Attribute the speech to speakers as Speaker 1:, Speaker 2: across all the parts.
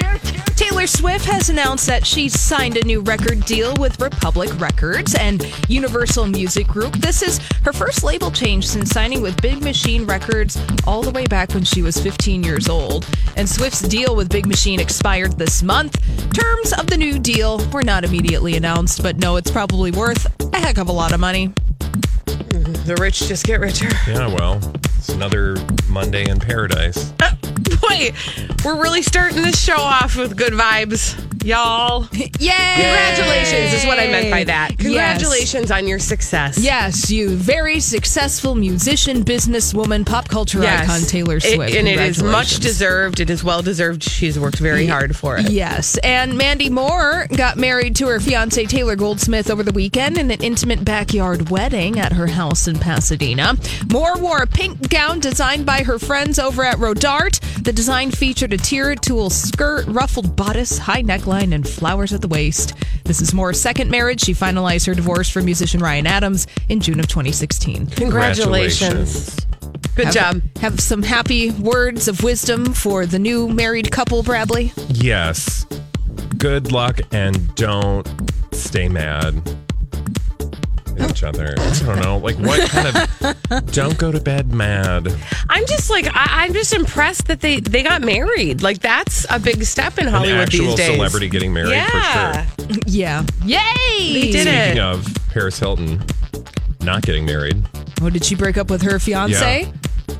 Speaker 1: dirt, dirt.
Speaker 2: Taylor Swift has announced that she's signed a new record deal with Republic Records and Universal Music Group. This is her first label change since signing with Big Machine Records all the way back when she was 15 years old. And Swift's deal with Big Machine expired this month. Terms of the new deal were not immediately announced, but no, it's probably worth a heck of a lot of money.
Speaker 3: The rich just get richer.
Speaker 4: Yeah, well, it's another Monday in paradise.
Speaker 3: Boy, we're really starting this show off with good vibes, y'all.
Speaker 2: Yay!
Speaker 3: Congratulations is what I meant by that. Congratulations on your success.
Speaker 2: Yes, you very successful musician, businesswoman, pop culture icon Taylor
Speaker 3: It-
Speaker 2: Swift.
Speaker 3: and it is much
Speaker 2: Congratulations.
Speaker 3: deserved. It is well deserved. She's worked very hard for it.
Speaker 2: Yes, and Mandy Moore got married to her fiance Taylor Goldsmith over the weekend in an intimate backyard wedding at her house in Pasadena. Moore wore a pink gown designed by her friends over at Rodart. The design featured a tiered tulle skirt, ruffled bodice, high neckline, and flowers at the waist. This is Moore's second marriage. She finalized her divorce from musician Ryan Adams in June of 2016.
Speaker 3: Congratulations. Good job.
Speaker 2: Have some happy words of wisdom for the new married couple, Bradley.
Speaker 4: Yes. Good luck and don't stay mad at each other. I don't know. Like, what kind of. don't go to bed mad.
Speaker 3: I'm just like I, I'm just impressed that they they got married. Like that's a big step in Hollywood
Speaker 4: An actual
Speaker 3: these days.
Speaker 4: celebrity getting married for
Speaker 3: yeah,
Speaker 4: sure.
Speaker 2: Yeah. Yay!
Speaker 3: they did
Speaker 4: Speaking
Speaker 3: it.
Speaker 4: of Paris Hilton not getting married,
Speaker 2: Oh, did she break up with her fiance?
Speaker 4: Yeah. Mm-hmm.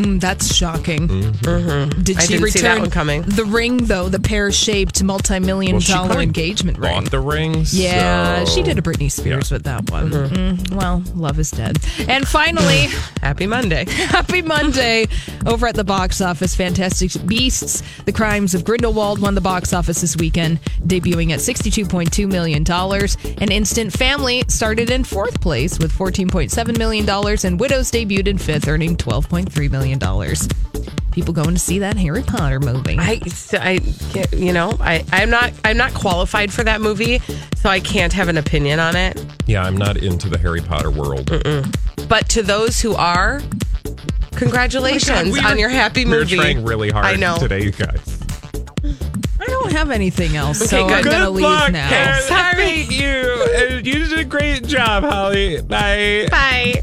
Speaker 2: Mm, that's shocking. Did
Speaker 3: Mm-hmm. I
Speaker 2: she
Speaker 3: didn't
Speaker 2: return
Speaker 3: see that one coming.
Speaker 2: the ring though? The pear-shaped multi-million dollar
Speaker 4: well, she probably
Speaker 2: engagement
Speaker 4: bought
Speaker 2: ring.
Speaker 4: the rings.
Speaker 2: yeah, she did a Britney Spears with that one.
Speaker 3: Mm-hmm.
Speaker 2: Mm, well, love is dead. And finally,
Speaker 3: Happy Monday.
Speaker 2: happy Monday over at the box office. Fantastic Beasts: The Crimes of Grindelwald won the box office this weekend, debuting at $62.2 million. And Instant Family started in fourth place with $14.7 million, and Widows debuted in fifth, earning $12.3 million. People going to see that Harry Potter movie.
Speaker 3: I, I can't- you know I I'm not I'm not qualified for that movie, so I can't have an opinion on it.
Speaker 4: Yeah, I'm not into the Harry Potter world.
Speaker 3: But to those who are, congratulations
Speaker 4: Oh We were-
Speaker 3: on your happy
Speaker 4: we were
Speaker 3: movie.
Speaker 4: trying really hard
Speaker 3: I know.
Speaker 4: today, you guys.
Speaker 2: I don't have anything else, so
Speaker 3: Okay,
Speaker 2: I'm
Speaker 3: good
Speaker 2: going to leave now.
Speaker 4: Sorry, you. You did a great job, Holly. Bye.
Speaker 3: Bye.